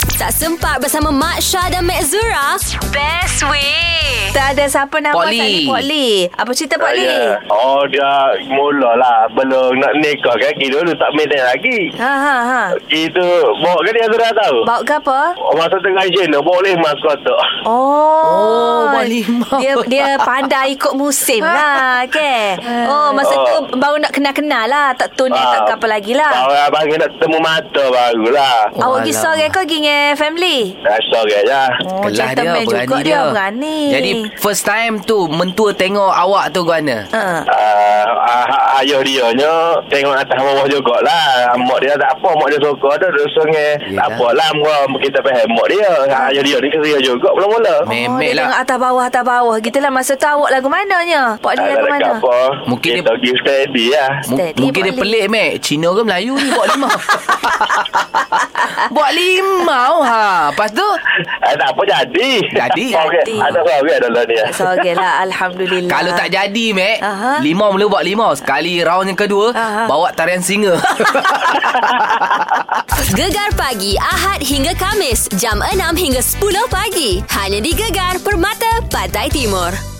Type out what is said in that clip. Tak sempat bersama Mak Syah dan Mak Zura? Best way. Tak ada siapa nama Pok Lee. tak ni Pok Lee. Apa cerita Pok Lee? Ya. Oh dia mulalah belum nak nikah kan kita dulu tak maintain lagi. Ha ha ha. Kita bawa ke dia sudah tahu. Bawa ke apa? Masa tengah jena boleh mas kotak. Oh, Oh, Mak Limau. Dia dia pandai ikut musim lah, ke? Oh, masa tu Oh. baru nak kenal-kenal lah. Tak tunai, tak ke apa lagi lah. Bawa abang nak temu mata barulah. Awak pergi Alah. seorang ke pergi dengan family? Dah sorry je. Oh, Kelas dia gentleman berani juga dia. Berani. Jadi first time tu mentua tengok awak tu Guana. Ha. Uh, uh, ayah dia nya tengok atas bawah juga lah mak dia tak apa mak dia suka dia dia sungai tak Yelah. apalah mula kita faham mak dia ayah dia ni keria juga mula-mula Oh, Memek dia lah. tengok atas bawah, atas bawah. Kita lah masa tu awak lagu mananya? Pok Lee tak lagu mana? ada apa Mungkin mungkin dia- kita pergi steady lah M- Steady, mungkin Buat dia Lim. pelik, Mek. Cina ke Melayu ni buat limau? buat limau, ha. Lepas tu, Eh, tak apa jadi Jadi. Okey, Jadi. ada sorry ada lah ni Seorang lah, Alhamdulillah. kalau tak jadi, Mek, Aha. limau mula buat limau. Sekali round yang kedua, Aha. bawa tarian singa. Gegar pagi Ahad hingga Kamis jam 6 hingga 10 pagi. Hanya di Gegar Permata Pantai Timur.